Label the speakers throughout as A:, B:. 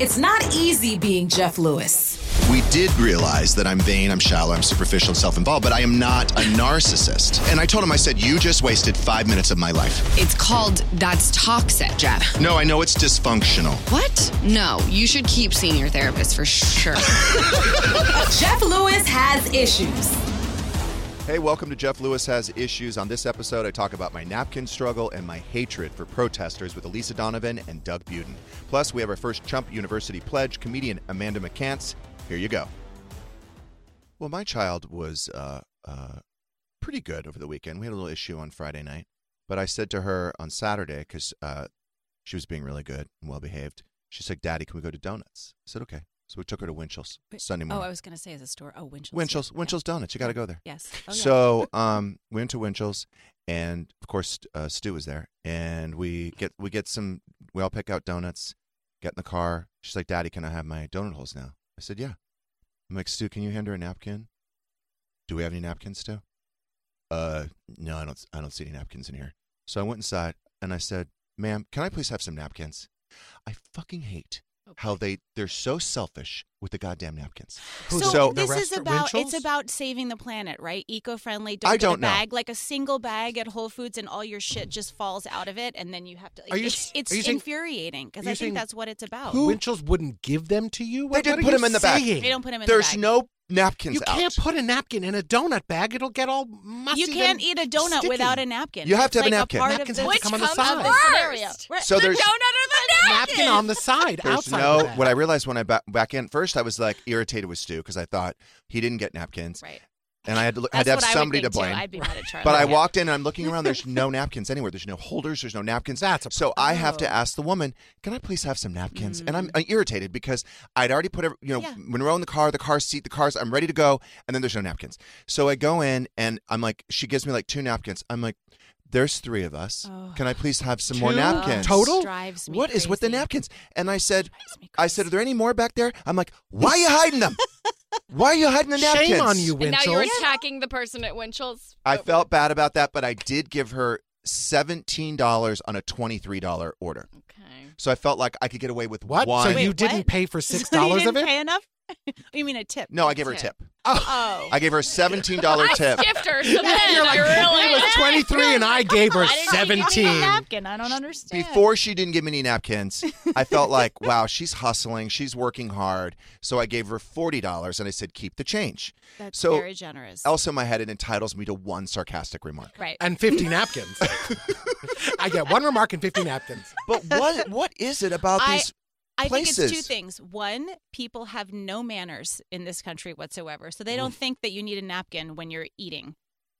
A: It's not easy being Jeff Lewis.
B: We did realize that I'm vain, I'm shallow, I'm superficial, and self involved, but I am not a narcissist. And I told him, I said, You just wasted five minutes of my life.
C: It's called That's Toxic, Jeff.
B: No, I know it's dysfunctional.
C: What? No, you should keep seeing your therapist for sure.
A: Jeff Lewis has issues.
B: Hey, welcome to Jeff Lewis Has Issues. On this episode, I talk about my napkin struggle and my hatred for protesters with Elisa Donovan and Doug Buden. Plus, we have our first Chump University pledge, comedian Amanda McCants. Here you go. Well, my child was uh, uh, pretty good over the weekend. We had a little issue on Friday night, but I said to her on Saturday, because uh, she was being really good and well behaved, she said, Daddy, can we go to Donuts? I said, Okay. So we took her to Winchell's
D: Wait,
B: Sunday
D: Oh,
B: morning.
D: I was going to say is a store. Oh, Winchell's.
B: Winchell's,
D: yeah.
B: Winchell's Donuts. You got to go there.
D: Yes. Oh, yeah.
B: So um, we went to Winchell's, and of course uh, Stu was there, and we get we get some. We all pick out donuts, get in the car. She's like, "Daddy, can I have my donut holes now?" I said, "Yeah." I'm like, "Stu, can you hand her a napkin? Do we have any napkins, Stu?" Uh, no, I don't. I don't see any napkins in here. So I went inside and I said, "Ma'am, can I please have some napkins?" I fucking hate
D: Oh,
B: how they they're so selfish with the goddamn napkins.
E: Who's
D: so,
B: So-
E: the
D: this is
E: restaurant-
D: about
E: Winchell's?
D: it's about saving the planet, right? Eco-friendly.
B: I
D: Don't get
B: don't
D: a
B: know.
D: bag like a single bag at Whole Foods, and all your shit just falls out of it, and then you have to.
E: Are you
D: it's
E: s-
D: it's
E: are you saying-
D: infuriating because
E: are you
D: I
E: saying
D: think that's what it's about.
E: Winchell's wouldn't give them to you. What,
B: didn't
E: what
B: put
E: are
B: 'em
E: you
B: in the bag.
E: saying?
D: They don't put them in the
B: There's
D: bag.
B: no napkins.
E: You
B: out.
E: can't put a napkin in a donut bag; it'll get all mussy.
D: You can't eat a donut
E: sticky.
D: without a napkin.
B: You have
D: It's
B: to have a
D: like
B: napkin.
D: part
E: Napkins
D: of
E: have
D: the,
E: to come on the side.
D: Right.
B: So there's
E: napkin. on the side
B: There's
E: outside.
B: no.
E: of the bag.
B: What I realized when I ba- back in first, I was like irritated with Stu because I thought he didn't get napkins,
D: Right.
B: and I had to, look, had
D: That's
B: to have
D: what I would
B: somebody to
D: think, too.
B: blame.
D: I'd be mad at Charlie.
B: but I
D: yeah.
B: walked in and I'm looking around. There's no napkins anywhere. There's no holders. There's no napkins.
E: That's a
B: so I have to
D: Oh. Mm.
B: ask the woman, "Can I please have some napkins?" And I'm uh, irritated because I'd already put, every, you know,
D: Yeah.
B: when we're in the car, the car seat, the cars. I'm ready to go, and then there's no napkins. So I go in and I'm like, she gives me like two napkins. I'm like, "There's three of us.
D: Oh.
B: Can I please have some more
E: Two
B: napkins?"
E: total?
D: Drives me
B: What is with the
D: crazy.
B: napkins? And I said,
D: Drives me
B: I said, "Are
D: crazy.
B: there any more back there?" I'm like, "Why are you hiding them? Why are you hiding the napkins?"
E: Shame on you,
F: And now you're
E: Winchell's.
F: attacking the person at Winchell's.
B: I felt bad about that, but I did give her seventeen dollars on a twenty-three dollar order,
F: Okay.
B: so I felt like I could get away with
E: What?
B: One.
E: So
D: Wait,
E: you
D: what?
E: didn't pay for
D: So you
E: six dollars of
D: didn't
E: it?
D: Pay enough? you mean a tip?
B: no, I gave her a tip.
D: Oh.
B: I gave her a seventeen dollar
F: I
B: tip.
F: skipped her. So then
E: You're
F: I
E: like, it was
F: realized-
E: twenty three, and I gave her
F: I didn't
D: She gave me a
E: seventeen.
D: napkin. I don't understand.
B: Before she didn't give me any napkins, I felt like, wow, she's hustling, she's working hard. So I gave her forty dollars, and I said, keep the change.
D: That's
B: so
D: very generous.
B: Also, in my head, it entitles me to one sarcastic remark.
D: right.
E: and 50 napkins. I get one remark and 50 napkins.
B: But what what is it about
D: I-
B: these?
D: I think it's two
B: places.
D: things. One, people have no manners in this country whatsoever, so they
B: Mm.
D: don't think that you need a napkin when you're eating.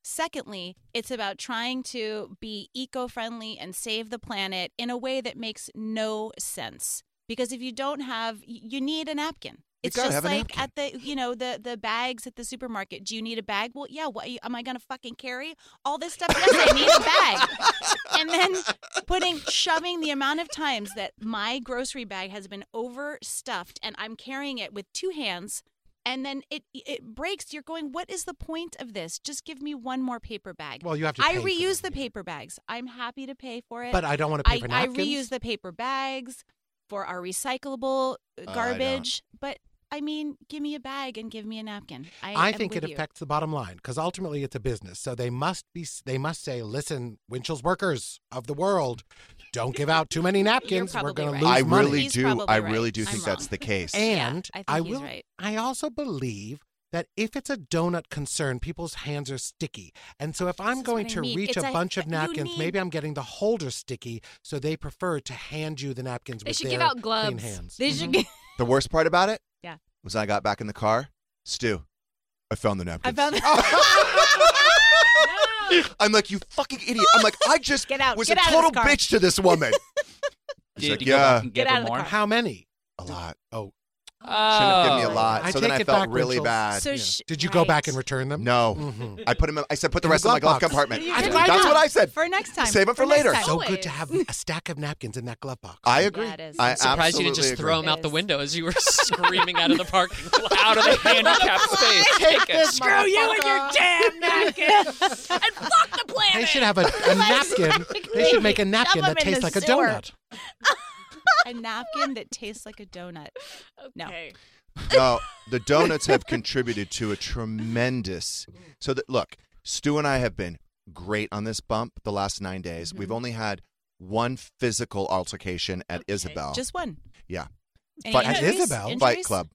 D: Secondly, it's about trying to be eco friendly and save the planet in a way that makes no sense. Because if you don't have, y- you need a napkin.
B: You
D: It's
B: gotta
D: just
B: have a
D: like
B: napkin.
D: at the you know the the bags at the supermarket. Do you need a bag? Well, yeah. What am I gonna fucking carry all this stuff? Yes, I need a bag. And then putting shoving the amount of times that my grocery bag has been overstuffed and I'm carrying it with two hands and then it it breaks you're going what is the point of this just give me one more paper bag
E: Well, you have to
D: I
E: pay for
D: reuse
E: them,
D: the
E: yeah.
D: paper bags I'm happy to pay for it
E: But I don't want to pay
D: I,
E: for
D: I
E: napkins.
D: reuse the paper bags for our recyclable uh,
B: I don't.
D: garbage but I mean give me a bag and give me a napkin I,
E: I
D: am
E: think it
D: with you.
E: affects the bottom line because ultimately it's a business. So they must be they must say, "Listen, Winchell's workers of the world, don't give out too many napkins. We're
D: probably
E: going
D: right.
E: to lose
B: I
E: money."
B: really
D: He's
B: do.
D: probably
B: I
D: right.
B: really do think
D: I'm
B: that's
D: wrong.
B: the case.
E: And
D: I think
E: I,
D: he's
E: will.
D: right.
E: I also believe that if it's a donut concern, people's hands are sticky, and so if I'm
D: is
E: going
D: what I
E: to
D: mean.
E: reach
D: It's
E: a
D: a-
E: bunch of
D: you
E: napkins,
D: need-
E: maybe I'm getting the holder sticky, so they prefer to hand you the napkins.
F: They
E: with
F: should give
E: their
F: out
E: clean
F: gloves.
E: hands.
D: they should get
B: The worst part about it,
D: Yeah.
B: was I got back in the car. Stu, I found the napkins.
D: I found
B: am like, you fucking idiot. I'm like, I just
D: Get out.
B: was
D: Get
B: a
D: out of
B: total
D: this car.
B: bitch to this woman. He's
G: Did
B: like,
G: you go back
B: yeah,
G: and give
D: Get
G: her
D: out of the
G: more?
D: car.
E: How many?
B: a lot.
E: Oh,
B: Shouldn't have
F: Oh.
B: given me a lot.
E: I
B: so then
E: take
B: I
E: it
B: felt
E: back,
B: really
E: Winchell's.
B: bad.
D: so
E: yeah.
D: sh-
E: did you go back and
D: right.
E: return them?
B: No.
E: Mhm.
B: I put him. In, I said, put the
E: In the
B: rest in my glove
E: glove box.
B: compartment.
D: Yeah,
E: yeah,
B: That's
E: yeah.
B: what I said.
D: for next time.
B: Save 'em for
D: next
B: later.
D: time.
E: So good to
F: Always.
E: have a stack of napkins in that glove box.
B: I agree.
D: Yeah, it is.
B: I
D: I'm
G: Surprised you didn't
B: absolutely
G: just
B: agree.
G: throw him out the
D: Yes.
G: window as you were screaming out of the parking lot, out of the handicapped space. Take it.
D: Screw you and your damn napkin.
F: And fuck the planet.
E: They should have a, a napkin. They should make a napkin
D: Shove 'em
E: that
D: in
E: tastes
D: the
E: like a
D: sewer.
E: donut.
D: a napkin that tastes like a donut. No.
F: Okay.
B: Now, the donuts have contributed to a tremendous. So that look, Stu and I have been great on this bump the last nine days. We've only had one physical altercation at Isabel.
D: Just one.
B: Yeah.
D: Any
B: Fight- Oh. At
D: injuries?
E: Isabel? Fight
B: Fight
D: Injuries?
B: Club.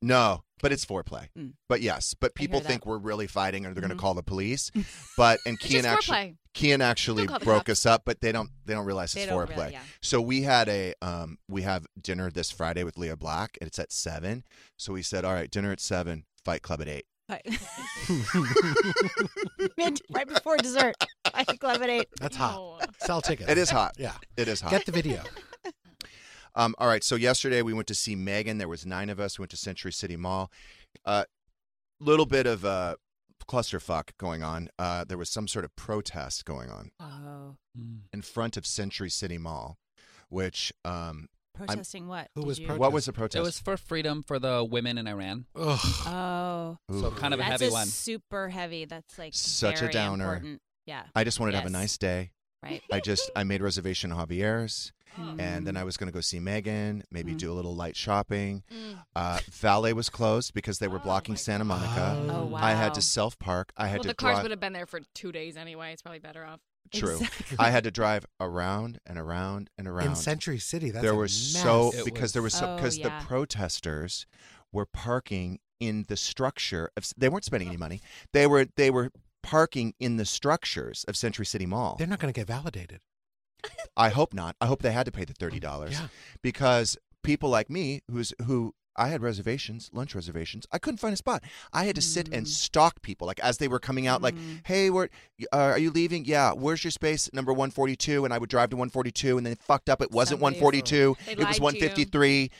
B: No, but it's foreplay.
D: Mm.
B: But yes, but people
D: that.
B: think we're really fighting or they're going to call the police. But and
F: It's
B: Kian
F: just
B: actually
F: foreplay.
B: Kian actually
F: Don't call the
B: broke
F: cops.
B: us up, but they don't they don't realize
D: They
B: it's
D: don't
B: foreplay.
D: really- yeah.
B: So we had a um we have dinner this Friday with Leah Black and it's at 7. So we said, "All right, dinner at 7, Fight Club at 8."
D: Fight- Mid- right before dessert. I think lemonade.
E: That's hot.
F: No.
E: Sell tickets.
B: It is hot.
E: Yeah.
B: It is hot.
E: Get the video.
B: Um, all right. So yesterday we went to see Megan. There was nine of us. We went to Century City Mall. A uh, little bit of uh, clusterfuck going on. Uh, there was some sort of protest going on
D: Oh.
G: Mm.
B: in front of Century City Mall, which um,
D: Protesting what?
E: Who
D: Did
E: was
D: you-
E: protest-
B: what was the protest?
G: It was for freedom for the women in Iran.
E: Ugh.
D: Oh.
B: Ooh.
G: So kind of a
D: That's
G: heavy
D: a
G: one.
D: super heavy. That's like
B: Such a
D: very
B: downer.
D: Important. Yeah.
B: I just wanted to have a
D: Yes.
B: nice day.
D: Right.
B: I just I made a reservation at Javier's, and then
D: Mm.
B: I was going to go see Megan. Maybe
D: Mm.
B: do a little light shopping.
F: Mm.
B: Uh, valet was closed because they were
F: Oh
B: blocking
F: my
B: Santa
F: God.
B: Monica.
D: Oh
E: Mm.
D: wow.
B: I had to self park. I had
F: Well,
B: to
F: the cars
B: drive-
F: would have been there for two days anyway. It's probably better off.
B: True.
D: Exactly.
B: I had to drive around and around and around.
E: In Century City. That's
B: there
E: a
B: were
E: mess.
B: so
G: It
B: because there was so
D: Oh,
B: because
D: yeah.
B: the protesters were parking in the structure of they weren't spending any money. They were they were parking in the structures of Century City Mall.
E: They're not going to get validated.
B: I hope not. I hope they had to pay the thirty dollars
E: Yeah.
B: because people like me who's who I had reservations, lunch reservations. I couldn't find a spot. I had to sit and stalk people like as they were coming out like, "Hey, where uh, are you leaving? Yeah, where's your space number 142?" and I would drive to 142 and then fucked up it wasn't
D: Somebody's-
B: 142.
F: They
B: It was
F: lied to you.
B: 153.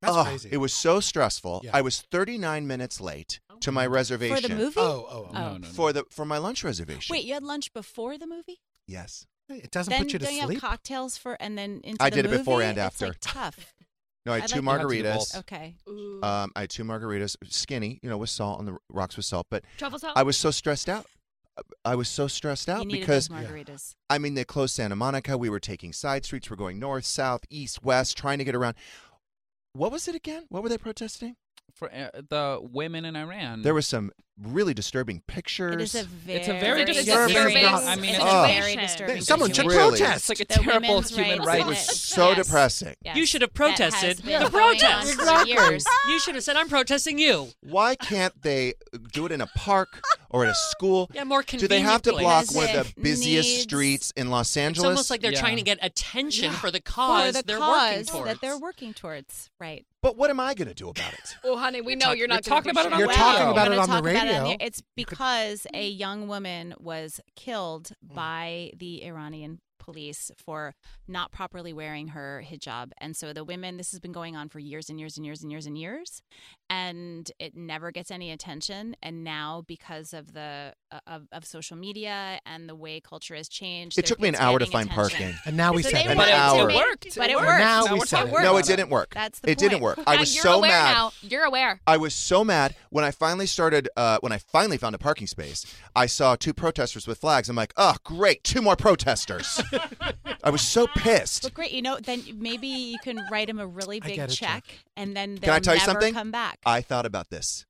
E: That's
B: Ugh,
E: crazy.
B: It was so stressful.
E: Yeah.
B: I was 39 minutes late to my reservation
D: For the movie?
E: Oh, oh, oh.
G: No, no, no.
B: for the for my lunch reservation.
D: Wait, you had lunch before the movie?
B: Yes.
E: It doesn't
D: then
E: put you to
D: don't you
E: sleep.
D: have cocktails for and then into
B: I
D: the
B: did it
D: movie?
B: before and
D: It's, like,
B: after.
D: tough.
B: No, I
D: I
B: had two
D: like
G: that. You have to do
B: margaritas.
G: both.
D: Okay.
F: Ooh.
B: Um, I had two margaritas, skinny, you know, with salt on the rocks with salt. But
F: Truffle salt?
B: I was so stressed out. I was so stressed
D: you
B: out
D: needed
B: because
D: those margaritas.
B: I mean they closed Santa Monica. We were taking side streets. We're going north, south, east, west, trying to get around. What was it again? What were they protesting?
G: For uh, the women in Iran.
B: There was some really disturbing pictures.
D: It is a very
G: It's a very
E: disturbing-
G: I mean,
D: it's
G: it's
D: a
B: just-
D: very
F: Ugh.
D: disturbing.
E: They- someone should
D: situation.
B: Really?
E: protest.
G: it's like a
D: The
G: terrible
D: women's
G: human
D: rights
G: rights.
B: it was
D: Yes.
B: so
D: Yes.
B: depressing.
D: Yes.
H: You should have
D: That has
H: protested
D: been
H: the
D: going on
H: protest.
D: for
E: Exactly.
D: years.
H: You should have said, I'm protesting you.
B: Why can't they do it in a park or at a school?
H: Yeah, more
B: Do they have to
H: conveniently.
B: block
D: Because
B: one of
D: it
B: the busiest
D: needs-
B: streets in Los
H: It's
B: Angeles?
H: almost like they're
G: Yeah.
H: trying to get attention for the
D: For
H: cause
D: the
H: they're working
D: cause
H: towards.
D: that they're working towards, right?
B: but what am I going to do about it?
F: Oh, honey, we know
G: talk-
F: you're
G: we're
F: not gonna
G: talking
F: do
G: about it
F: shit.
G: on
E: You're
G: the
E: talking
G: radio.
D: We're
E: about it
D: gonna
E: on the
D: talk about it
E: radio.
D: the- It's because a young woman was killed by the Iranian police for not properly wearing her hijab. And so the women, this has been going on for years and years and years and years and years, and it never gets any attention. And now, because of the uh, of, of social media and the way culture has changed,
B: It
D: they're-
B: took me an
D: it's
B: hour to
D: getting
B: find
D: attention.
B: parking.
E: And now we
D: So
E: said
D: they
B: An
E: it.
G: but it,
B: hour.
G: it worked.
D: But it
E: worked. Now
G: Now
E: we
G: we're
E: said
G: talking
E: it.
G: about
B: No, it didn't work.
D: That's the
B: It didn't
D: point.
B: work. I
F: Now
B: was
F: you're
B: so
F: aware
B: mad.
F: Now. You're aware.
B: I was so mad when I finally started. Uh, when I finally found a parking space, I saw two protesters with flags. I'm like, oh, great, two more protesters. I was so pissed.
D: But great, you know, then maybe you can write him a really
E: I
D: big
E: get
D: check,
E: a check.
D: and then they'll
B: Can I tell you
D: never
B: something?
D: come back.
B: I thought about this.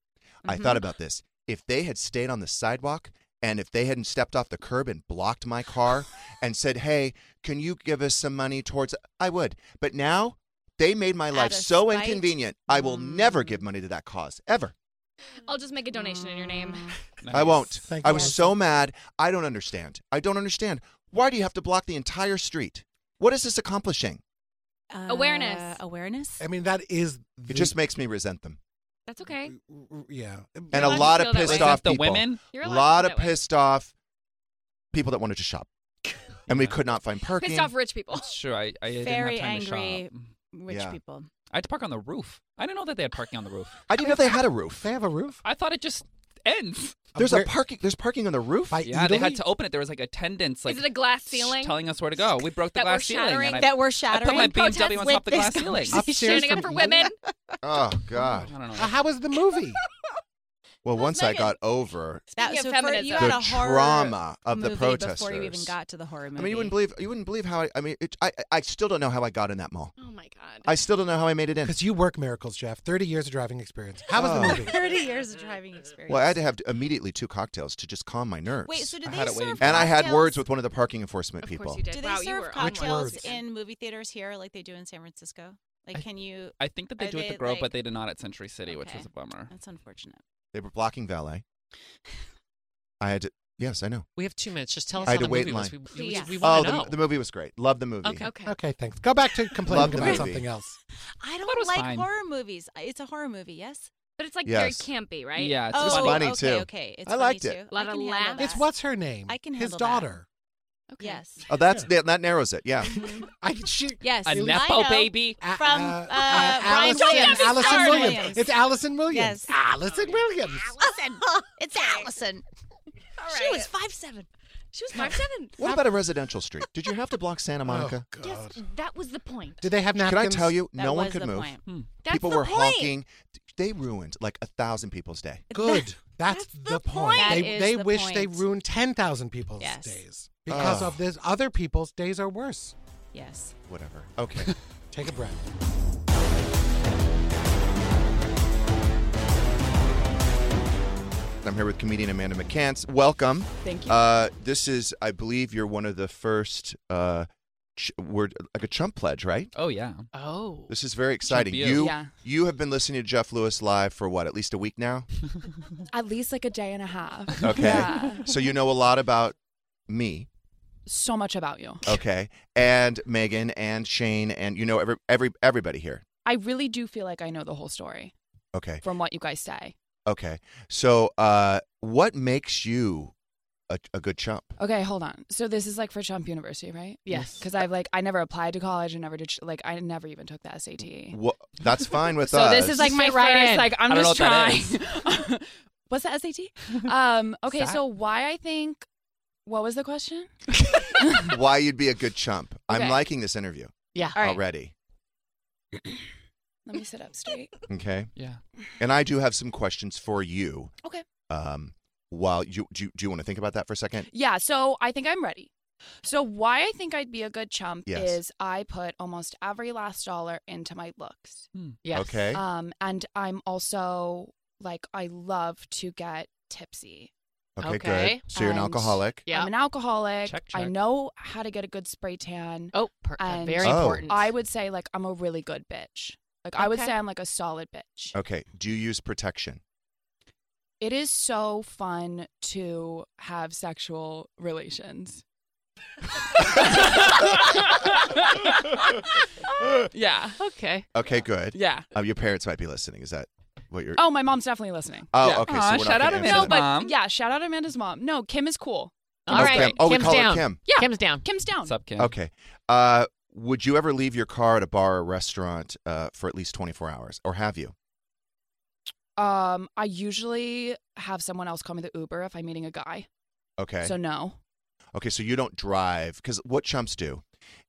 B: I
D: Mm-hmm.
B: thought about this. If they had stayed on the sidewalk and if they hadn't stepped off the curb and blocked my car and said, hey, can you give us some money towards, I would. But now they made my life
D: of
B: so
D: spite? Mm.
B: inconvenient. I will never give money to that cause ever.
F: I'll just make a donation in your name.
B: I won't.
E: Thank
B: I
E: you.
B: was so mad. I don't understand. I don't understand. Why do you have to block the entire street? What is this accomplishing?
D: Uh,
F: Awareness.
D: awareness.
E: I mean, that is.
B: It
E: The,
B: just makes me resent them.
F: That's okay.
E: Yeah.
B: And a
F: allowed to
B: lot of
F: feel that
B: pissed
F: way.
B: off
G: the
B: people.
G: women.
F: You're
B: a
F: allowed to
B: lot
F: feel
B: of
F: that way.
B: pissed off people that wanted to shop. And we could not find parking.
F: Pissed off rich people.
G: That's true. I,
D: Very
G: I didn't have time
D: angry.
G: to shop.
D: Rich
B: Mm, Yeah.
D: people.
G: I had to park on the roof. I didn't know that they had parking on the roof.
B: I didn't know they had a roof.
E: They have a roof.
G: I thought it just ends.
B: There's a
E: Where-
B: parking. There's parking on the roof.
E: By
G: Yeah, they
E: Italy?
G: had to open it. There was like attendants, like
F: Is it a glass
G: sh-
F: ceiling?
G: telling us where to go. We broke the
F: That we're
G: glass ceiling.
F: shattering?
G: and I,
D: that were
G: I
D: shattering.
G: put my
D: protests
G: BMW on top of the
D: with
G: glass
D: this
G: ceiling.
D: conversation.
E: Upstairs
F: Standing up
E: from
F: for women.
B: Oh
G: I
B: God.
G: don't know.
E: Uh, how was the movie?
B: Well, once I
F: Megan?
B: got over
D: That
F: Speaking
D: so
F: of
D: for- you
F: feminism.
D: had
B: The
D: a horror
B: trauma of the
D: movie before you even
B: protesters.
D: got to the horror movie.
B: I mean, you wouldn't believe you wouldn't believe how I. I mean, it, I I still don't know how I got in that mall.
F: Oh my god.
B: I still don't know how I made it in.
E: Because you work miracles, Jeff. 30 years of driving experience. How was
B: Oh.
E: the movie?
D: 30 years of driving experience.
B: Well, I had to have immediately two cocktails to just calm my nerves.
D: Wait, so did
G: I
D: they
G: had it
D: serve
G: waiting for
B: and I had
D: cocktails-
B: words with one of the parking enforcement
F: of
B: people.
F: course you did.
D: Do they
F: wow, you
D: serve
F: were
E: Which
D: cocktails
E: words?
D: in movie theaters here like they do in San Francisco? Like,
G: I-
D: can you?
G: I think that they
D: Are
G: do it at
D: they,
G: the Grove,
D: like-
G: but they did not at Century City, which
D: Okay.
G: was a bummer.
D: That's unfortunate.
B: They were blocking valet. I had to. Yes, I know.
H: We have two minutes. Just tell us
B: I
H: how
B: had to
H: the
B: wait
H: movie
B: in
H: was.
B: line.
H: We, we,
F: Yes.
H: we
B: Oh,
H: want to
B: the,
H: know.
B: the movie was great. Love the movie.
H: okay. Okay.
E: Okay, thanks. Go back to complaining
B: Love the
E: about
B: movie.
E: something else.
D: I
G: it
D: don't
G: was
D: like
G: fine.
D: horror movies. I- It's a horror movie, yes? Oh,
F: But it's like
B: Yes.
F: very campy, right?
G: Yeah, it's
B: was
G: funny.
B: funny,
D: okay,
B: too.
D: Okay, it's
B: I
D: funny,
B: liked
D: too.
B: it.
D: I
F: Lot
D: can
F: of
D: handle
F: laughs.
D: that.
E: It's what's her name?
D: I can
E: His
D: handle that.
E: daughter.
F: Okay.
D: Yes.
B: Oh, that's that, that narrows it. Yeah.
F: Mm-hmm.
E: I, she,
D: Yes.
G: A
D: I
H: Oh,
G: nepo
D: know.
G: baby.
E: A-
D: From,
E: uh,
D: uh,
E: uh,
D: Brian
E: Allison,
D: Williams.
E: Allison
D: Howard
E: Williams.
D: Williams.
E: It's Allison Williams.
D: Yes.
E: Allison Williams.
D: Allison. It's Allison. She was five seven.
F: She was five seven.
B: What about a residential street? Did you have to block Santa Monica?
E: Oh,
F: Yes,
E: God.
F: that was the point.
E: Did they have
B: Can
E: napkins?
B: I tell you,
D: That
B: no one
D: was
B: could
D: the
B: move.
D: point.
F: That's
B: People
F: the
B: were
F: point.
B: honking. They ruined like a thousand people's day.
E: Good. That's, the, point.
D: point.
E: They,
D: That is
E: they
D: the
E: wish they
D: point.
E: ruined 10,000 people's
D: Yes.
E: days because
B: Ugh.
E: of this. Other people's days are worse.
D: Yes.
B: Whatever. Okay.
E: Take a breath.
B: I'm here with comedian Amanda McCants. Welcome.
D: Thank you.
B: Uh, this is, I believe, you're one of the first. Uh, ch- word like a chump pledge, right?
G: Oh yeah.
H: Oh.
B: This is very exciting.
G: you.
B: You
I: Yeah.
B: you have been listening to Jeff Lewis live for what, at least a week now?
I: At least like a day and a half.
B: Okay.
I: Yeah.
B: So you know a lot about me,
I: So much about you.
B: okay, and Megan and Shane, and you know every every everybody here.
I: I really do feel like I know the whole story
B: Okay,
I: from what you guys say.
B: okay. So uh, what makes you a, a good chump?
I: Okay, hold on. So this is like for Trump University, right?
H: Yes.
I: Because I've like I never applied to college. I never did sh- like I never even took the SAT.
B: Wha that's fine with
I: So
B: us.
I: this is like my
H: Just fit right
I: first.
H: in.
I: Like I'm
H: I don't
I: just
H: know
I: trying.
H: what
I: What's the SAT? Um. Okay.
G: Sat.
I: So why I think. What was the question?
B: why you'd be a good chump. I'm
I: Okay.
B: liking this interview
H: Yeah.
I: All right.
B: already.
I: Let me sit up straight.
B: Okay,
G: Yeah.
B: and I do have some questions for you.
I: Okay.
B: Um, while you do, you- do you want to think about that for a second?
I: Yeah, so I think I'm ready. So why I think I'd be a good chump
B: Yes.
I: is I put almost every last dollar into my looks.
H: Yes.
B: Okay.
I: Um and I'm also like I love to get tipsy.
B: okay.
H: okay.
B: Good. So you're an
I: And-
B: alcoholic.
H: Yeah.
I: I'm an alcoholic.
G: Check,
I: I
G: check.
I: know how to get a good spray tan.
H: Oh, per- uh,
I: And-
H: very
B: Oh.
H: important.
I: I would say like I'm a really good bitch. Like I would
H: Okay.
I: say I'm like a solid bitch.
B: Okay. Do you use protection?
I: It is so fun to have sexual relations. Yeah.
H: okay.
B: Okay, good.
I: Yeah.
B: Um, your parents might be listening. Is that what you're?
I: Oh, my mom's definitely listening.
B: Oh,
G: yeah.
B: okay.
G: Aw,
B: so we're not
G: shout out
B: gonna
G: Amanda's
B: answer
I: No,
B: that.
I: but
G: mom.
I: yeah, shout out Amanda's mom. No, Kim is cool.
B: No,
H: All right.
B: Kim. Oh, we
H: Kim's
B: call her
H: down.
B: Kim.
I: Yeah.
H: Kim's down.
I: Kim's down.
G: What's up, Kim?
B: Okay. Uh, would you ever leave your car at a bar or restaurant uh, for at least 24 hours, or have you?
I: Um, I usually have someone else call me the Uber if I'm meeting a guy.
B: Okay.
I: So no.
B: okay. So you don't drive because what chumps do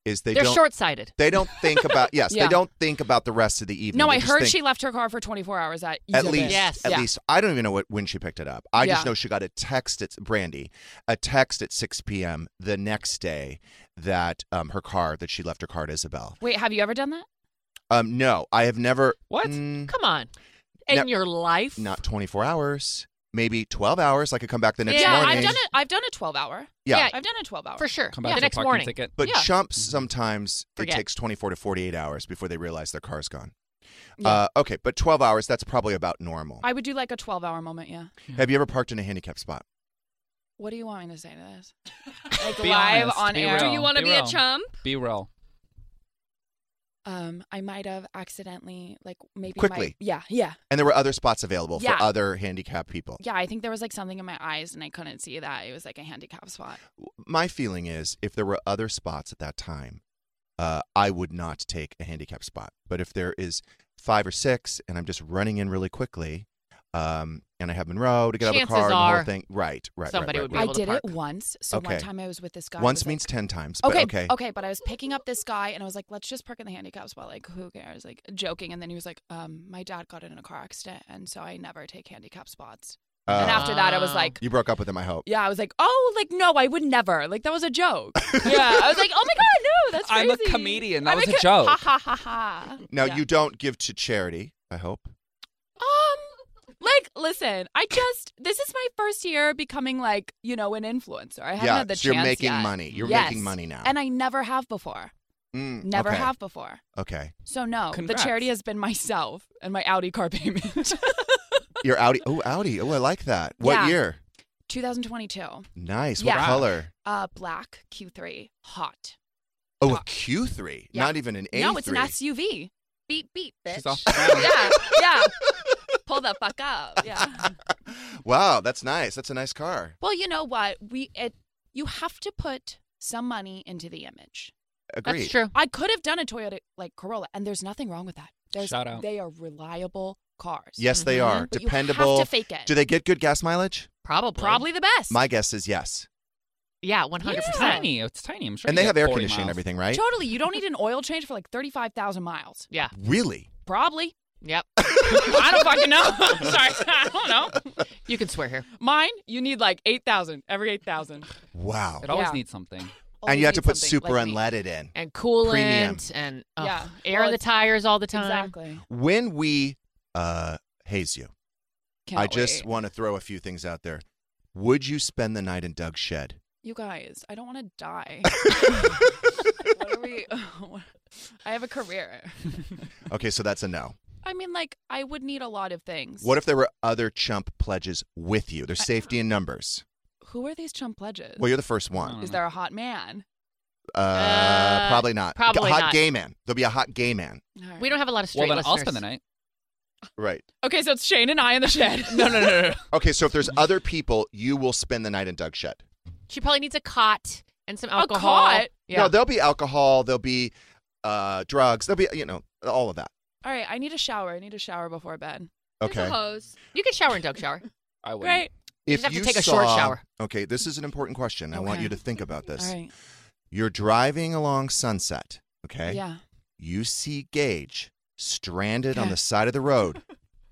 B: is they
H: They're
B: don't.
H: short sighted.
B: They don't think about yes.
I: Yeah.
B: They don't think about the rest of the evening.
I: No,
B: They
I: I
B: just
I: heard
B: think-
I: she left her car for 24 hours at
B: At
I: Egypt.
B: least,
H: Yes.
B: at
I: Yeah.
B: least, I don't even know what when she picked it up. I just
I: Yeah.
B: know she got a text. It's Brandy, a text at 6 p.m. the next day that um, her car that she left her car at Isabel.
I: Wait, have you ever done that?
B: Um, no, I have never.
G: What?
B: Mm,
H: Mm-hmm. Come on. In
B: No-
H: your life.
B: not 24 hours, maybe 12 hours. I could come back the next
I: yeah,
B: morning.
I: I've done it. I've done a 12 hour.
B: Yeah.
H: Yeah.
I: I've done a 12 hour.
H: For sure.
G: Come back
H: the
G: to the
H: next
G: parking
H: morning.
G: ticket.
B: But
I: Yeah.
B: chumps sometimes
H: Forget.
B: it takes 24 to 48 hours before they realize their car's gone.
I: Yeah.
B: Uh, okay, but 12 hours, that's probably about normal.
I: I would do like a 12 hour moment. Yeah.
B: have you ever parked in a handicapped spot?
I: What do you want me to say to this? Like
G: Be
I: live
G: honest.
I: on
G: Be
I: air.
G: real.
I: Do
G: Oh,
I: you-
F: you want to
G: be
F: be
G: real.
F: a chump?
G: Be real.
I: Um, I might have accidentally like maybe
B: Quickly.
I: My, yeah. Yeah.
B: And there were other spots available
I: Yeah.
B: for other handicapped people.
I: Yeah. I think there was like something in my eyes and I couldn't see that. It was like a handicap spot.
B: My feeling is if there were other spots at that time, uh, I would not take a handicapped spot. But if there is five or six and I'm just running in really quickly, um, and I have Monroe to get out of the
H: Chances
B: car and the whole
H: are
B: thing. Right, right.
H: somebody
B: right,
H: would
B: right,
H: be
I: I
H: able to
I: did it
H: park.
I: once. So
B: Okay.
I: one time I was with this guy.
B: Once
I: who was,
B: means
I: like,
B: ten times. But
I: Okay,
B: okay.
I: okay, but I was picking up this guy and I was like, let's just park in the handicap spot. Like, who cares? Like, joking. And then he was like, um, my dad got in a car accident, and so I never take handicap spots. and
B: Uh,
I: after that, I was
H: Ah.
I: like,
B: you broke up with him, I hope.
I: yeah, I was like, oh, like no, I would never. Like that was a joke. yeah, I was like, oh my god, no, that's
G: I'm
I: crazy.
G: a comedian. That
I: I'm
G: was a
I: co-
G: joke.
I: Ha ha ha ha.
B: Now,
I: Yeah.
B: you don't give to charity, I hope.
I: Um, like, listen, I just this is my first year becoming like you know an influencer. I haven't
B: yeah,
I: had the
B: so
I: chance
B: you're making
I: yet.
B: money. You're
I: Yes.
B: making money now.
I: and I never have before.
B: Mm,
I: Never
B: okay.
I: have before.
B: Okay.
I: So no,
G: Congrats.
I: the charity has been myself and my Audi car payment.
B: You're Audi. Oh, Audi. Oh, I like that. What
I: Yeah.
B: year?
I: 2022,
B: Nice. What
I: Yeah.
B: color?
I: uh, black Q3, hot.
B: Oh, a
I: Uh,
B: Q3.
I: yeah.
B: Not even an A3.
I: No, it's an SUV. Beep beep, bitch.
G: She's off.
I: yeah, yeah. Pull the fuck up. Yeah.
B: Wow, that's nice. That's a nice car.
I: Well, you know what? We it you have to put some money into the image.
B: Agreed.
H: That's true.
I: I could have done a Toyota like Corolla, and there's nothing wrong with that. There's,
G: Shout out.
I: They are reliable cars.
B: Yes, they are.
I: Mm-hmm. But You
B: Dependable.
I: have to fake it.
B: Do they get good gas mileage?
H: Probably.
I: Probably the best.
B: My guess is yes.
H: Yeah, one hundred
G: It's
H: percent.
G: tiny. It's tiny. I'm sure.
B: and
G: you
B: they have
G: get
B: air
G: 40
B: conditioning and
G: miles.
B: everything, right?
I: Totally. You don't need an oil change for like 35,000 miles.
H: Yeah.
B: Really?
I: Probably.
H: Yep.
I: I don't fucking know. I'm sorry. I don't know.
H: You can swear here.
I: Mine, you need like 8,000 every 8,000.
B: Wow.
G: It always
I: Yeah.
G: needs something.
B: And
I: Always
B: you have to
I: need
B: put
I: something
B: super
I: like me.
B: unleaded in.
H: And coolant
B: Premium.
H: and oh,
I: Yeah.
H: air
I: Well,
H: in the
I: it's-
H: tires all the time.
I: Exactly.
B: When we uh, haze you,
I: Can't
B: I just
I: wait.
B: want to throw a few things out there. Would you spend the night in Doug's shed?
I: You guys, I don't want to die. what are we? I have a career.
B: Okay, so that's a no.
I: I mean, like, I would need a lot of things.
B: What if there were other chump pledges with you? There's safety in numbers.
I: Who are these chump pledges?
B: Well, you're the first one.
G: don't
I: Is
G: know.
I: there a hot man?
B: Uh,
H: Uh,
B: probably not.
H: probably
B: hot
H: not.
B: gay man. There'll be a hot gay man.
I: All right.
H: We don't have a lot of straight
G: Well, then
H: listeners.
G: I'll spend the night.
B: Right.
I: Okay, so it's Shane and I in the shed.
G: No, no, no, no.
B: Okay, so if there's other people, you will spend the night in Doug's shed.
H: She probably needs a cot and some
I: A
H: alcohol.
I: cot?
H: Yeah.
B: No, there'll be alcohol. There'll be uh, drugs. There'll be you know all of that.
I: All right, I need a shower. I need a shower before bed.
B: Okay.
F: hose.
H: you can shower in dog shower.
G: I would.
I: Right.
B: If
H: just have to take a short
B: saw-
H: shower.
B: Okay, this is an important question. I want
I: Okay.
B: you to think about this.
I: All right.
B: You're driving along Sunset. Okay.
I: Yeah.
B: You see Gage stranded on
I: Okay.
B: the side of the road.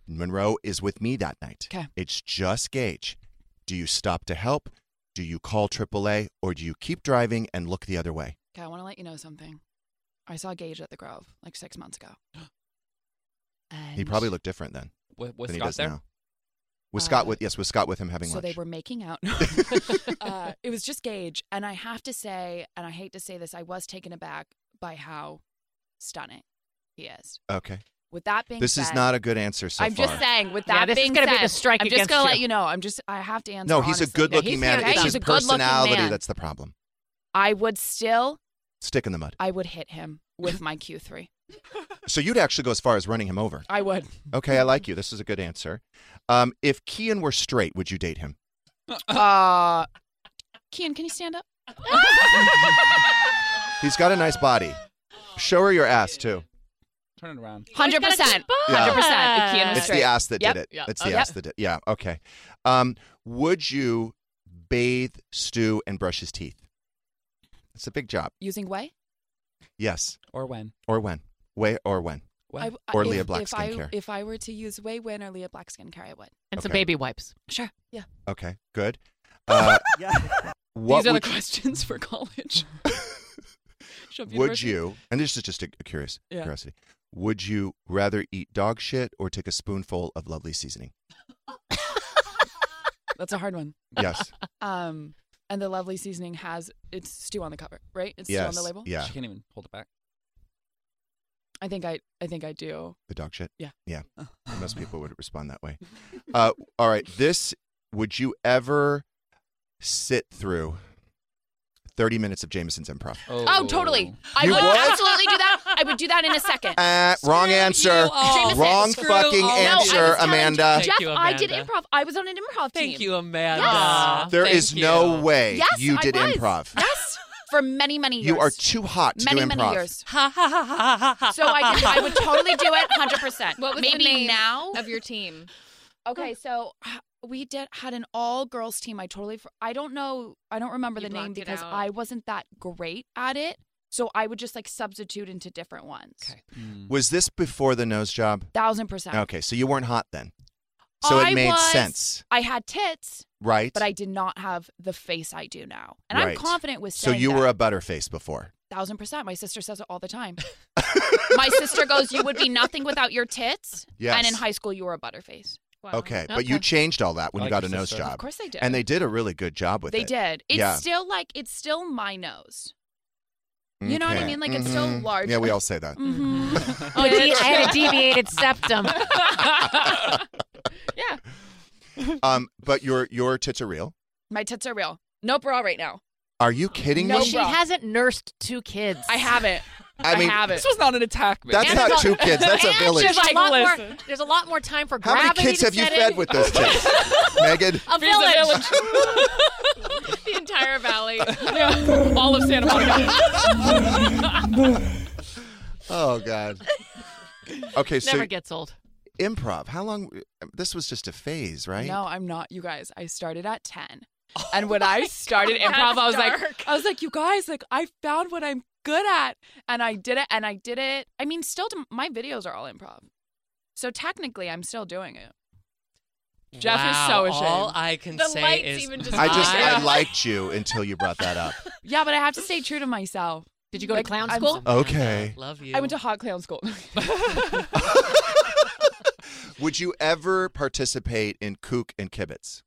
B: Monroe is with me that night.
I: Okay.
B: It's just Gage. Do you stop to help? Do you call AAA or do you keep driving and look the other way?
I: Okay, I want to let you know something. I saw Gage at the Grove like six months ago.
B: He probably looked different then
G: With, with
B: than he
G: Scott
B: does
G: there.
B: now. Was
I: Uh,
B: Scott with yes, was Scott with him having
I: so
B: lunch?
I: they were making out. uh, it was just Gage, and I have to say, and I hate to say this, I was taken aback by how stunning he is.
B: okay.
I: With that being
B: This
I: said,
B: is not a good answer so
I: I'm
B: far.
I: just saying. With that
H: Yeah, this is
I: being
H: gonna be
I: said,
H: the strike
I: I'm just
H: against
I: gonna let
H: you.
I: you know. I'm just. I have to answer.
B: no, he's a
I: honestly.
B: good-looking
H: he's
B: man.
H: okay.
B: It's
H: He's
B: his
H: a good-looking
B: personality
H: man.
B: that's the problem.
I: I would still.
B: Stick in the mud.
I: I would hit him with my Q3.
B: So you'd actually go as far as running him over.
I: I would.
B: Okay, I like you. This is a good answer. Um, if Kean were straight, would you date him?
I: Uh, Kian, can you stand up?
B: He's got a nice body. Show her your ass too.
G: Turn it around.
I: Hundred percent.
B: Yeah.
I: Oh, Hundred percent. If Kian was
B: It's
I: straight.
B: the ass that
I: Yep.
B: did it.
H: Yeah.
B: It's
H: Oh,
B: the
H: yeah.
B: ass that did. Yeah. Okay. Um, would you bathe, stew, and brush his teeth? It's a big job.
I: Using way.
B: Yes.
G: Or when?
B: Or when? Way or when?
G: When?
I: I- I-
B: Or
I: if-
B: Leah Black
I: if I-
B: skincare.
I: If I were to use way win or Leah Black skincare, I would.
H: And some
B: Okay.
H: baby wipes.
I: Sure. Yeah.
B: Okay. Good. Uh, What
I: These are
B: would,
I: the questions for college. Shove
B: would
I: university.
B: you? And this is just a, a curious
I: Yeah.
B: curiosity. Would you rather eat dog shit or take a spoonful of lovely seasoning?
I: That's a hard one.
B: Yes.
I: Um, and the lovely seasoning has it's stew on the cover, right? It's
B: yes.
I: stew on the label.
B: Yeah.
G: She can't even hold it back.
I: I think I I think I do.
B: The dog shit?
I: Yeah.
B: Yeah. Most people would respond that way. Uh, all right. This would you ever sit through 30 minutes of Jameson's improv?
I: Oh, totally. I
B: You
I: would
B: would?
I: absolutely do that. I would do that in a second.
B: Uh, wrong answer.
I: Jameson,
B: wrong
I: screw
B: fucking
I: all- No, I was
B: answer,
I: telling
B: Amanda.
G: Thank
F: Jeff,
G: you,
F: I did
G: Amanda.
F: improv. I was on an improv
G: Thank
F: team.
G: you, Amanda.
F: Yes.
B: There
G: Thank
B: is no
G: you.
B: way
F: Yes,
B: you
F: I
B: did
F: was.
B: improv.
F: Yes, for many, many years.
B: You are too hot to
I: Many
B: do improv.
I: many years.
F: Ha ha ha ha ha ha.
I: So I I would totally do it, hundred percent.
F: What was
I: Maybe
F: the name
I: now?
F: of your team?
I: Okay, so uh, we did had an all girls team. I totally for, I don't know I don't remember
F: You
I: the name
F: blocked it
I: because
F: out.
I: I wasn't that great at it. So I would just like substitute into different ones.
H: Okay.
G: Mm.
B: Was this before the nose job?
I: Thousand percent.
B: Okay, so you weren't hot then. So
I: I
B: it made
I: was-
B: sense,
I: I had tits,
B: right?
I: but I did not have the face I do now, and I'm
B: Right.
I: confident with.
B: so
I: saying
B: you
I: that.
B: were a butterface before.
I: thousand percent. My sister says it all the time.
F: My sister goes, "You would be nothing without your tits."
B: Yes.
I: And in high school, you were a butterface.
B: Okay, but you changed all that when
G: Like
B: you got a
G: your
B: nose
G: sister.
B: job.
I: Of course they did.
B: And they did a really good job with
I: they
B: it.
I: did. It's
B: Yeah.
I: still like it's still my nose. You know what I mean? Like, it's so
B: Mhm.
I: large. Mm-hmm.
B: Yeah, we all say that.
H: Oh, de- I had a deviated septum.
B: um, but your your tits are real.
I: My tits are real. No bra right now.
B: Are you kidding
H: No,
B: me?
H: she
I: bra.
H: hasn't nursed two kids.
I: I haven't.
B: I mean,
I: have it.
F: This was not an attack, man.
B: that's
H: And
B: not
H: it's
B: two
H: all-
B: kids. That's a
H: And
B: village.
H: There's a,
F: Like,
H: lot more,
F: listen.
H: there's a lot more time for
B: How many
H: gravity
B: kids
H: to
B: have you
H: set
B: fed
H: in.
B: with those tits, Megan?
H: A
F: There's
H: village.
F: a village.
H: the entire valley.
F: Yeah. All of Santa Monica.
B: Oh God. Okay, so
H: Never gets old.
B: improv. How long? This was just a phase, right?
I: No, I'm not. You guys, I started at ten,
B: Oh
I: and when I started improv, I was like, I was like, you guys, like, I found what I'm good at, and I did it, and I did it. I mean, still, to, my videos are all improv, so technically, I'm still doing it. Jeff is
G: wow,
I: so ashamed.
G: All I can
F: The
G: say
F: lights
G: is
F: even just
B: I just I
F: Yeah.
B: liked you until you brought that up.
I: Yeah, but I have to stay true to myself.
H: Did you go
I: Like,
H: to clown
I: I'm-
H: school?
B: Okay.
G: Love you.
I: I went to hot clown school. Uh,
B: Would you ever participate in Kook and Kibitz?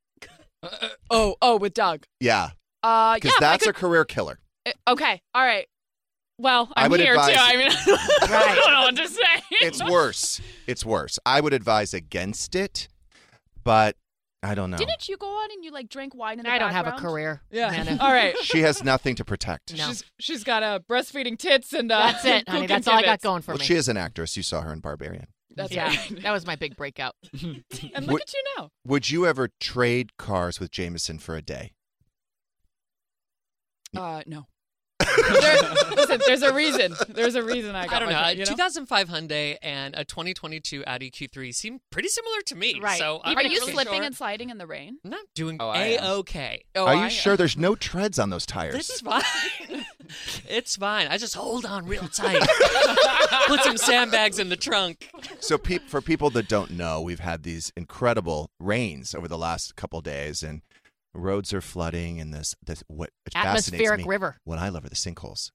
I: oh, oh, with Doug.
B: Yeah,
I: Uh, yeah,
B: because
I: if I
B: that's
I: could-
B: a career killer.
I: Uh, okay. All right. Well,
B: I
I: I'm
B: would
I: here
B: advise-
I: too. I mean, I don't know what to say.
B: It's worse. It's worse. I would advise against it, but I don't know.
I: Didn't you go on and you like drank wine in the
H: I don't have a
I: background?
H: career.
I: Yeah.
H: Nana.
I: All right.
B: She has nothing to protect.
H: No.
I: She's she's got uh, breastfeeding tits and uh,
H: That's it, honey.
I: cook
H: That's
I: and
H: all I got
I: divots.
H: going for
B: Well,
H: me.
B: she is an actress. You saw her in Barbarian.
I: That's
H: yeah,
I: right.
H: that was my big breakout.
I: And
B: What-
I: look at you now.
B: Would you ever trade cars with Jameson for a day?
I: Uh, no. There- listen, there's a reason. There's a reason I got.
G: I don't
I: my
G: know. Uh,
I: car,
G: A
I: you
G: 2005 Hyundai and a 2022 Audi Q3 seem pretty similar to me.
H: Right.
G: So I'm
I: Are
G: not
I: you
G: really
I: slipping
G: sure.
I: and sliding in the rain?
G: I'm not doing
F: Oh, I am.
G: a okay.
I: Oh,
B: Are
I: I
B: you
I: am.
B: sure there's no treads on those tires?
G: This is fine. it's fine. I just hold on real tight. Put some sandbags in the trunk.
B: So, peop for people that don't know, we've had these incredible rains over the last couple days, and roads are flooding. And this, this what fascinates me,
H: Atmospheric river.
B: What I love are the sinkholes.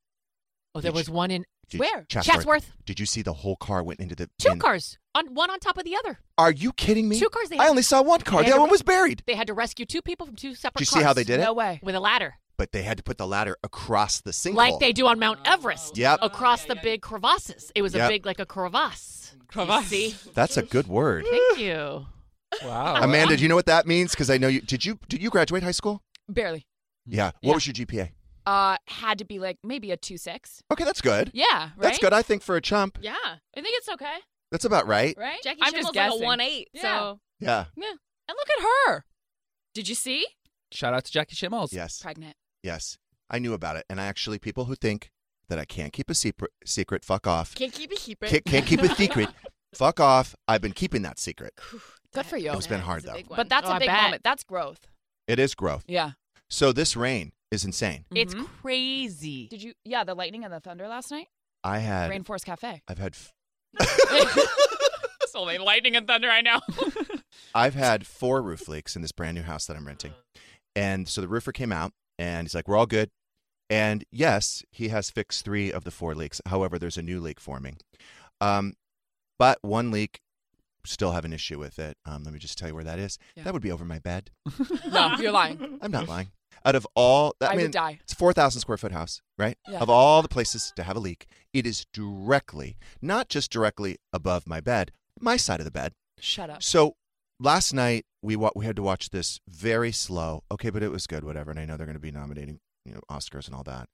H: Oh, there
B: Did
H: was
B: you-
H: one in
B: Did-
I: Where?
H: Chatsworth.
B: Did you see the whole car went into the
H: two
B: in-
H: cars on one on top of the other.
B: Are you kidding me?
H: Two cars. They had,
B: I only saw one car.
H: They
B: The
H: had
B: other
H: to-
B: one was buried.
H: they had to rescue two people from two separate.
B: Did you see how
H: cars
B: they did it?
I: No way.
H: With a ladder,
B: But they had to put the ladder across the sinkhole.
H: like they do on
G: Uh,
H: Mount Everest.
B: Yep.
G: oh,
H: Across the big crevasses. It was
B: Yep.
H: a big like a crevasse. You
G: Crevasse.
H: See.
B: That's a good word.
H: Thank you.
G: Wow.
B: Amanda, do you know what that means? Because I know you. Did you did you graduate high school?
I: Barely.
B: Yeah. What was your GPA?
I: Uh, had to be like maybe a two six.
B: Okay, that's good.
I: Yeah, right.
B: That's good. I think for a chump,
F: yeah.
I: I think it's okay,
B: that's about right.
I: right?
F: Jackie
I: I'm
F: Schimmel's
I: just
F: like a
I: guessing.
F: one eight.
I: Yeah.
F: So
B: Yeah.
I: And look at her. Did you see?
F: shout out to Jackie Schimmels.
B: Yes.
I: Pregnant.
B: Yes. I knew about it. And I actually, people who think that I can't keep a secret, secret fuck off.
F: Can't keep a secret.
B: Can't, can't keep a secret. fuck off. I've been keeping that secret.
I: Good for you.
B: It's been hard, though.
I: But that's
H: Oh,
I: a
H: I
I: big
H: bet.
I: moment. That's growth.
B: It is growth.
I: Yeah.
B: So this rain is insane.
H: It's
I: Mhm.
H: crazy.
I: Did you? Yeah, the lightning and the thunder last night.
B: I had,
I: Rainforest Cafe.
B: I've had, f-
F: it's only lightning and thunder I know.
B: I've had four roof leaks in this brand new house that I'm renting. And so the roofer came out and he's like, we're all good. And yes, he has fixed three of the four leaks. However, there's a new leak forming. Um, but one leak, still have an issue with it. Um, let me just tell you where that is.
I: Yeah.
B: That would be over my bed.
I: no, you're lying.
B: I'm not lying. Out of all, I,
I: I,
B: mean,
I: would die.
B: it's a 4,000 square foot house, right?
I: Yeah.
B: Of all the places to have a leak, it is directly, not just directly above my bed, my side of the bed.
I: Shut up.
B: So last night we wa- we had to watch this very slow. Okay, but it was good, whatever. And I know they're going to be nominating, you know, Oscars and all that.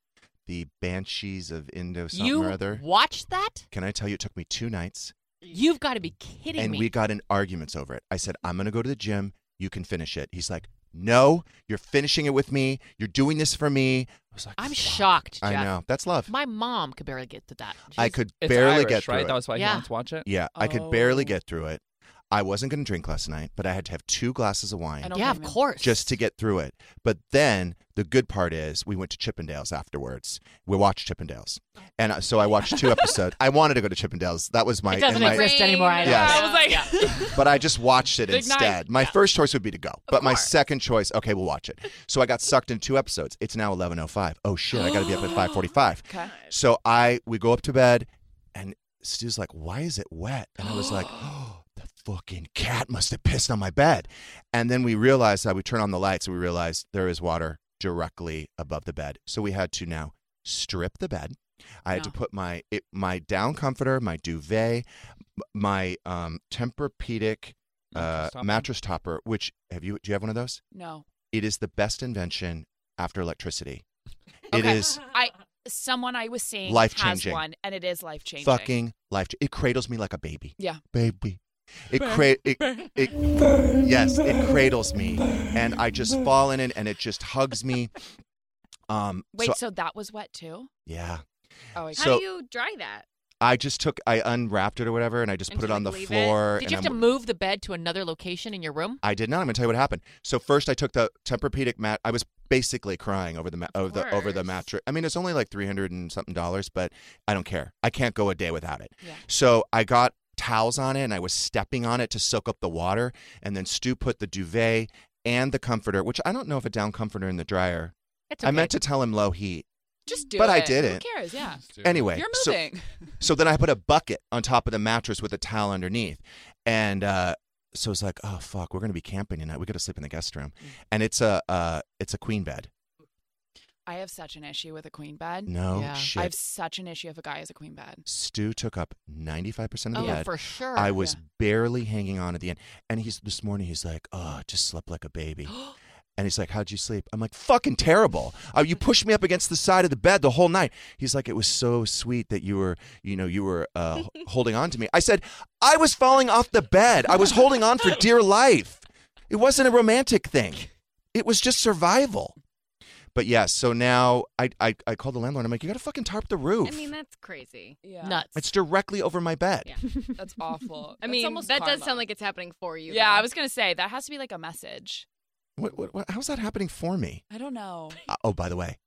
B: The Banshees of Indo something
H: You
B: or other.
H: watched that?
B: Can I tell you, it took me two nights
H: You've got to be kidding
B: and
H: me.
B: we got in arguments over it. I said, I'm going to go to the gym. You can finish it. He's like, No, you're finishing it with me. You're doing this for me. I was like,
H: I'm
B: "Fuck."
H: shocked, Jeff.
B: I know. That's love.
H: My mom could barely get to that.
B: I
H: She's-
B: could
F: It's
B: barely
F: Irish,
B: get through
F: right?
B: it.
F: That was why
H: Yeah.
F: he wants to watch it.
B: yeah, I could barely
I: Oh.
B: get through it. I wasn't going to drink last night, but I had to have two glasses of wine
I: I don't
H: yeah, of
I: blame him.
H: course.
B: just to get through it. But then the good part is we went to Chippendales afterwards. We watched Chippendales. And I- so I watched two episodes. I wanted to go to Chippendales. That was my,
H: it doesn't
B: and my-
H: exist anymore. I know.
B: Yes.
I: I was like,
B: but I just watched it
I: Big night.
B: instead. My first choice would be to go, but my second choice, okay, we'll watch it. So I got sucked in two episodes. It's now 11:05. Oh shit, I got to be up at 5:45.
I: Okay.
B: So I we go up to bed, and Stu's like, "Why is it wet?" And I was like, "Oh, the fucking cat must have pissed on my bed." And then we realized that we turn on the lights, and we realized there is water directly above the bed. So we had to now strip the bed. I had to put my it, my down comforter, my duvet, m- my um, Tempur-Pedic uh,
G: Mattress topper.
B: mattress topper. Which have you? Do you have one of those?
I: no.
B: It is the best invention after electricity. It
F: Okay.
B: is
F: I someone I was seeing has
B: Life-changing.
F: one, and it is life changing.
B: fucking life. It cradles me like a baby.
I: Yeah.
B: baby. It cra- it, it yes, it cradles me, and I just fall in it, and it just hugs me. Um,
I: Wait,
B: so-
I: so, that was wet too?
B: yeah,
I: Oh, I
F: How
B: So-
F: do you dry that?
B: I just took, I unwrapped it or whatever, and I just
F: And
B: put
F: just,
B: it on
F: like,
B: the
F: leave it?
B: floor.
H: Did
B: and
H: you have
B: I'm-
H: to move the bed to another location in your room?
B: I did not. I'm gonna tell you what happened. So first, I took the Tempur-Pedic mat. I was basically crying over the ma- over the over the
F: course.
B: mattress. I mean, it's only like three hundred and something dollars, but I don't care. I can't go a day without it.
I: Yeah.
B: So I got towels on it, and I was stepping on it to soak up the water. And then Stu put the duvet and the comforter, which I don't know if a down comforter in the dryer.
H: It's
B: I meant
H: okay.
B: to tell him low heat.
I: just do
B: But
I: it.
B: I didn't.
I: Who cares? Yeah.
B: Anyway,
I: You're
B: so-
I: moving.
B: so then I put a bucket on top of the mattress with a towel underneath. And uh, so it's like, oh fuck, we're gonna be camping tonight. We gotta sleep in the guest room.
H: Mm.
B: And it's a uh, it's a queen bed.
I: I have such an issue with a queen bed.
B: No
H: Yeah.
B: shit.
I: I have such an issue if a guy has a queen bed.
B: Stu took up ninety five percent of
H: Oh,
B: the bed.
H: for sure.
B: I was barely hanging on at the end. And he's this morning he's like, Oh, I just slept like a baby. And he's like, How'd you sleep? I'm like, fucking terrible. Uh, you pushed me up against the side of the bed the whole night. He's like, It was so sweet that you were, you know, you were uh, h- holding on to me. I said, I was falling off the bed. I was holding on for dear life. It wasn't a romantic thing, it was just survival. But yeah, so now I, I, I called the landlord. I'm like, You got to fucking tarp the roof.
F: I mean, that's crazy.
I: Yeah.
H: nuts.
B: it's directly over my bed.
F: Yeah.
I: That's awful.
F: I
I: That's
F: mean,
I: almost
F: that does
I: karma.
F: sound like it's happening for you.
I: Yeah,
F: though.
I: I was gonna say that has to be like a message.
B: What, what, what, how's that happening for me?
I: I don't know.
B: Uh, oh, by the way,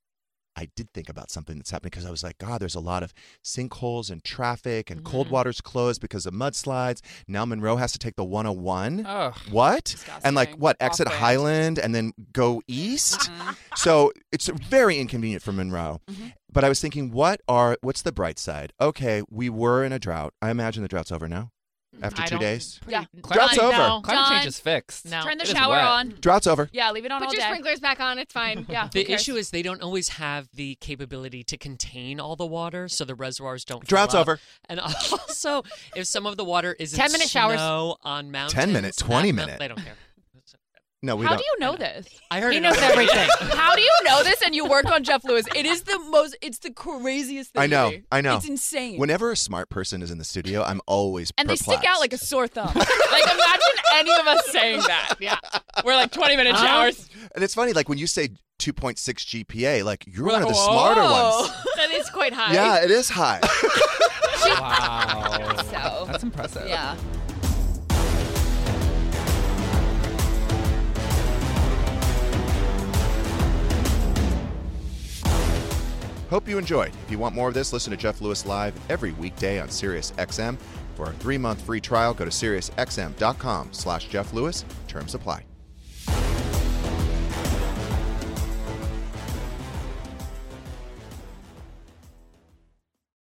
B: I did think about something that's happening because I was like, God, there's a lot of sinkholes and traffic, and
I: Mm-hmm.
B: cold water's closed because of mudslides. Now Monroe has to take the 101.
G: Oh,
B: what? And like
I: Disgusting.
B: what? Exit
I: Off-brand.
B: Highland and then go east.
I: Mm-hmm.
B: So it's very inconvenient for Monroe. But I was thinking, what are what's the bright side? Okay, we were in a drought. I imagine the drought's over now. After
H: I
B: two
H: don't-
B: days,
H: pretty-
I: Yeah.
B: Drought's
H: Done.
B: over.
H: No.
G: climate change
H: Done.
G: is fixed.
H: No.
I: Turn the
G: It is
I: shower
G: wet.
I: on.
B: drought's over.
I: Yeah, leave it on
F: Put
I: all
F: your
I: day.
F: sprinklers back on. It's fine.
I: yeah.
G: The issue is they don't always have the capability to contain all the water, so the reservoirs don't. fill
B: Drought's
G: up.
B: over.
G: And also, if some of the water is
H: 10 minute showers.
G: snow on mountains,
B: 10 minute, 20
G: that- that-
B: minute.
G: they don't care.
B: No, we
I: How
B: don't.
I: do you know this?
G: I heard
H: He
G: it
H: knows
G: on-
H: everything.
I: How do you know this? And you worked on Jeff Lewis. It is the most. It's the craziest thing.
B: I know.
I: to me.
B: I know.
I: It's insane.
B: Whenever a smart person is in the studio, I'm always
I: and they stick
B: perplexed.
I: out like a sore thumb. like imagine any of us saying that. Yeah, we're like twenty minute showers.
B: And it's funny, like when you say 2.6 GPA, like you're
I: We're
B: one
I: like,
B: of the smarter
I: "Whoa."
B: ones.
F: that is quite high.
B: Yeah, it is high.
G: Wow.
I: So
G: That's impressive.
I: yeah.
B: Hope you enjoyed. If you want more of this, listen to Jeff Lewis live every weekday on SiriusXM. For a three-month free trial, go to SiriusXM.com/slash Jeff Lewis. Terms apply.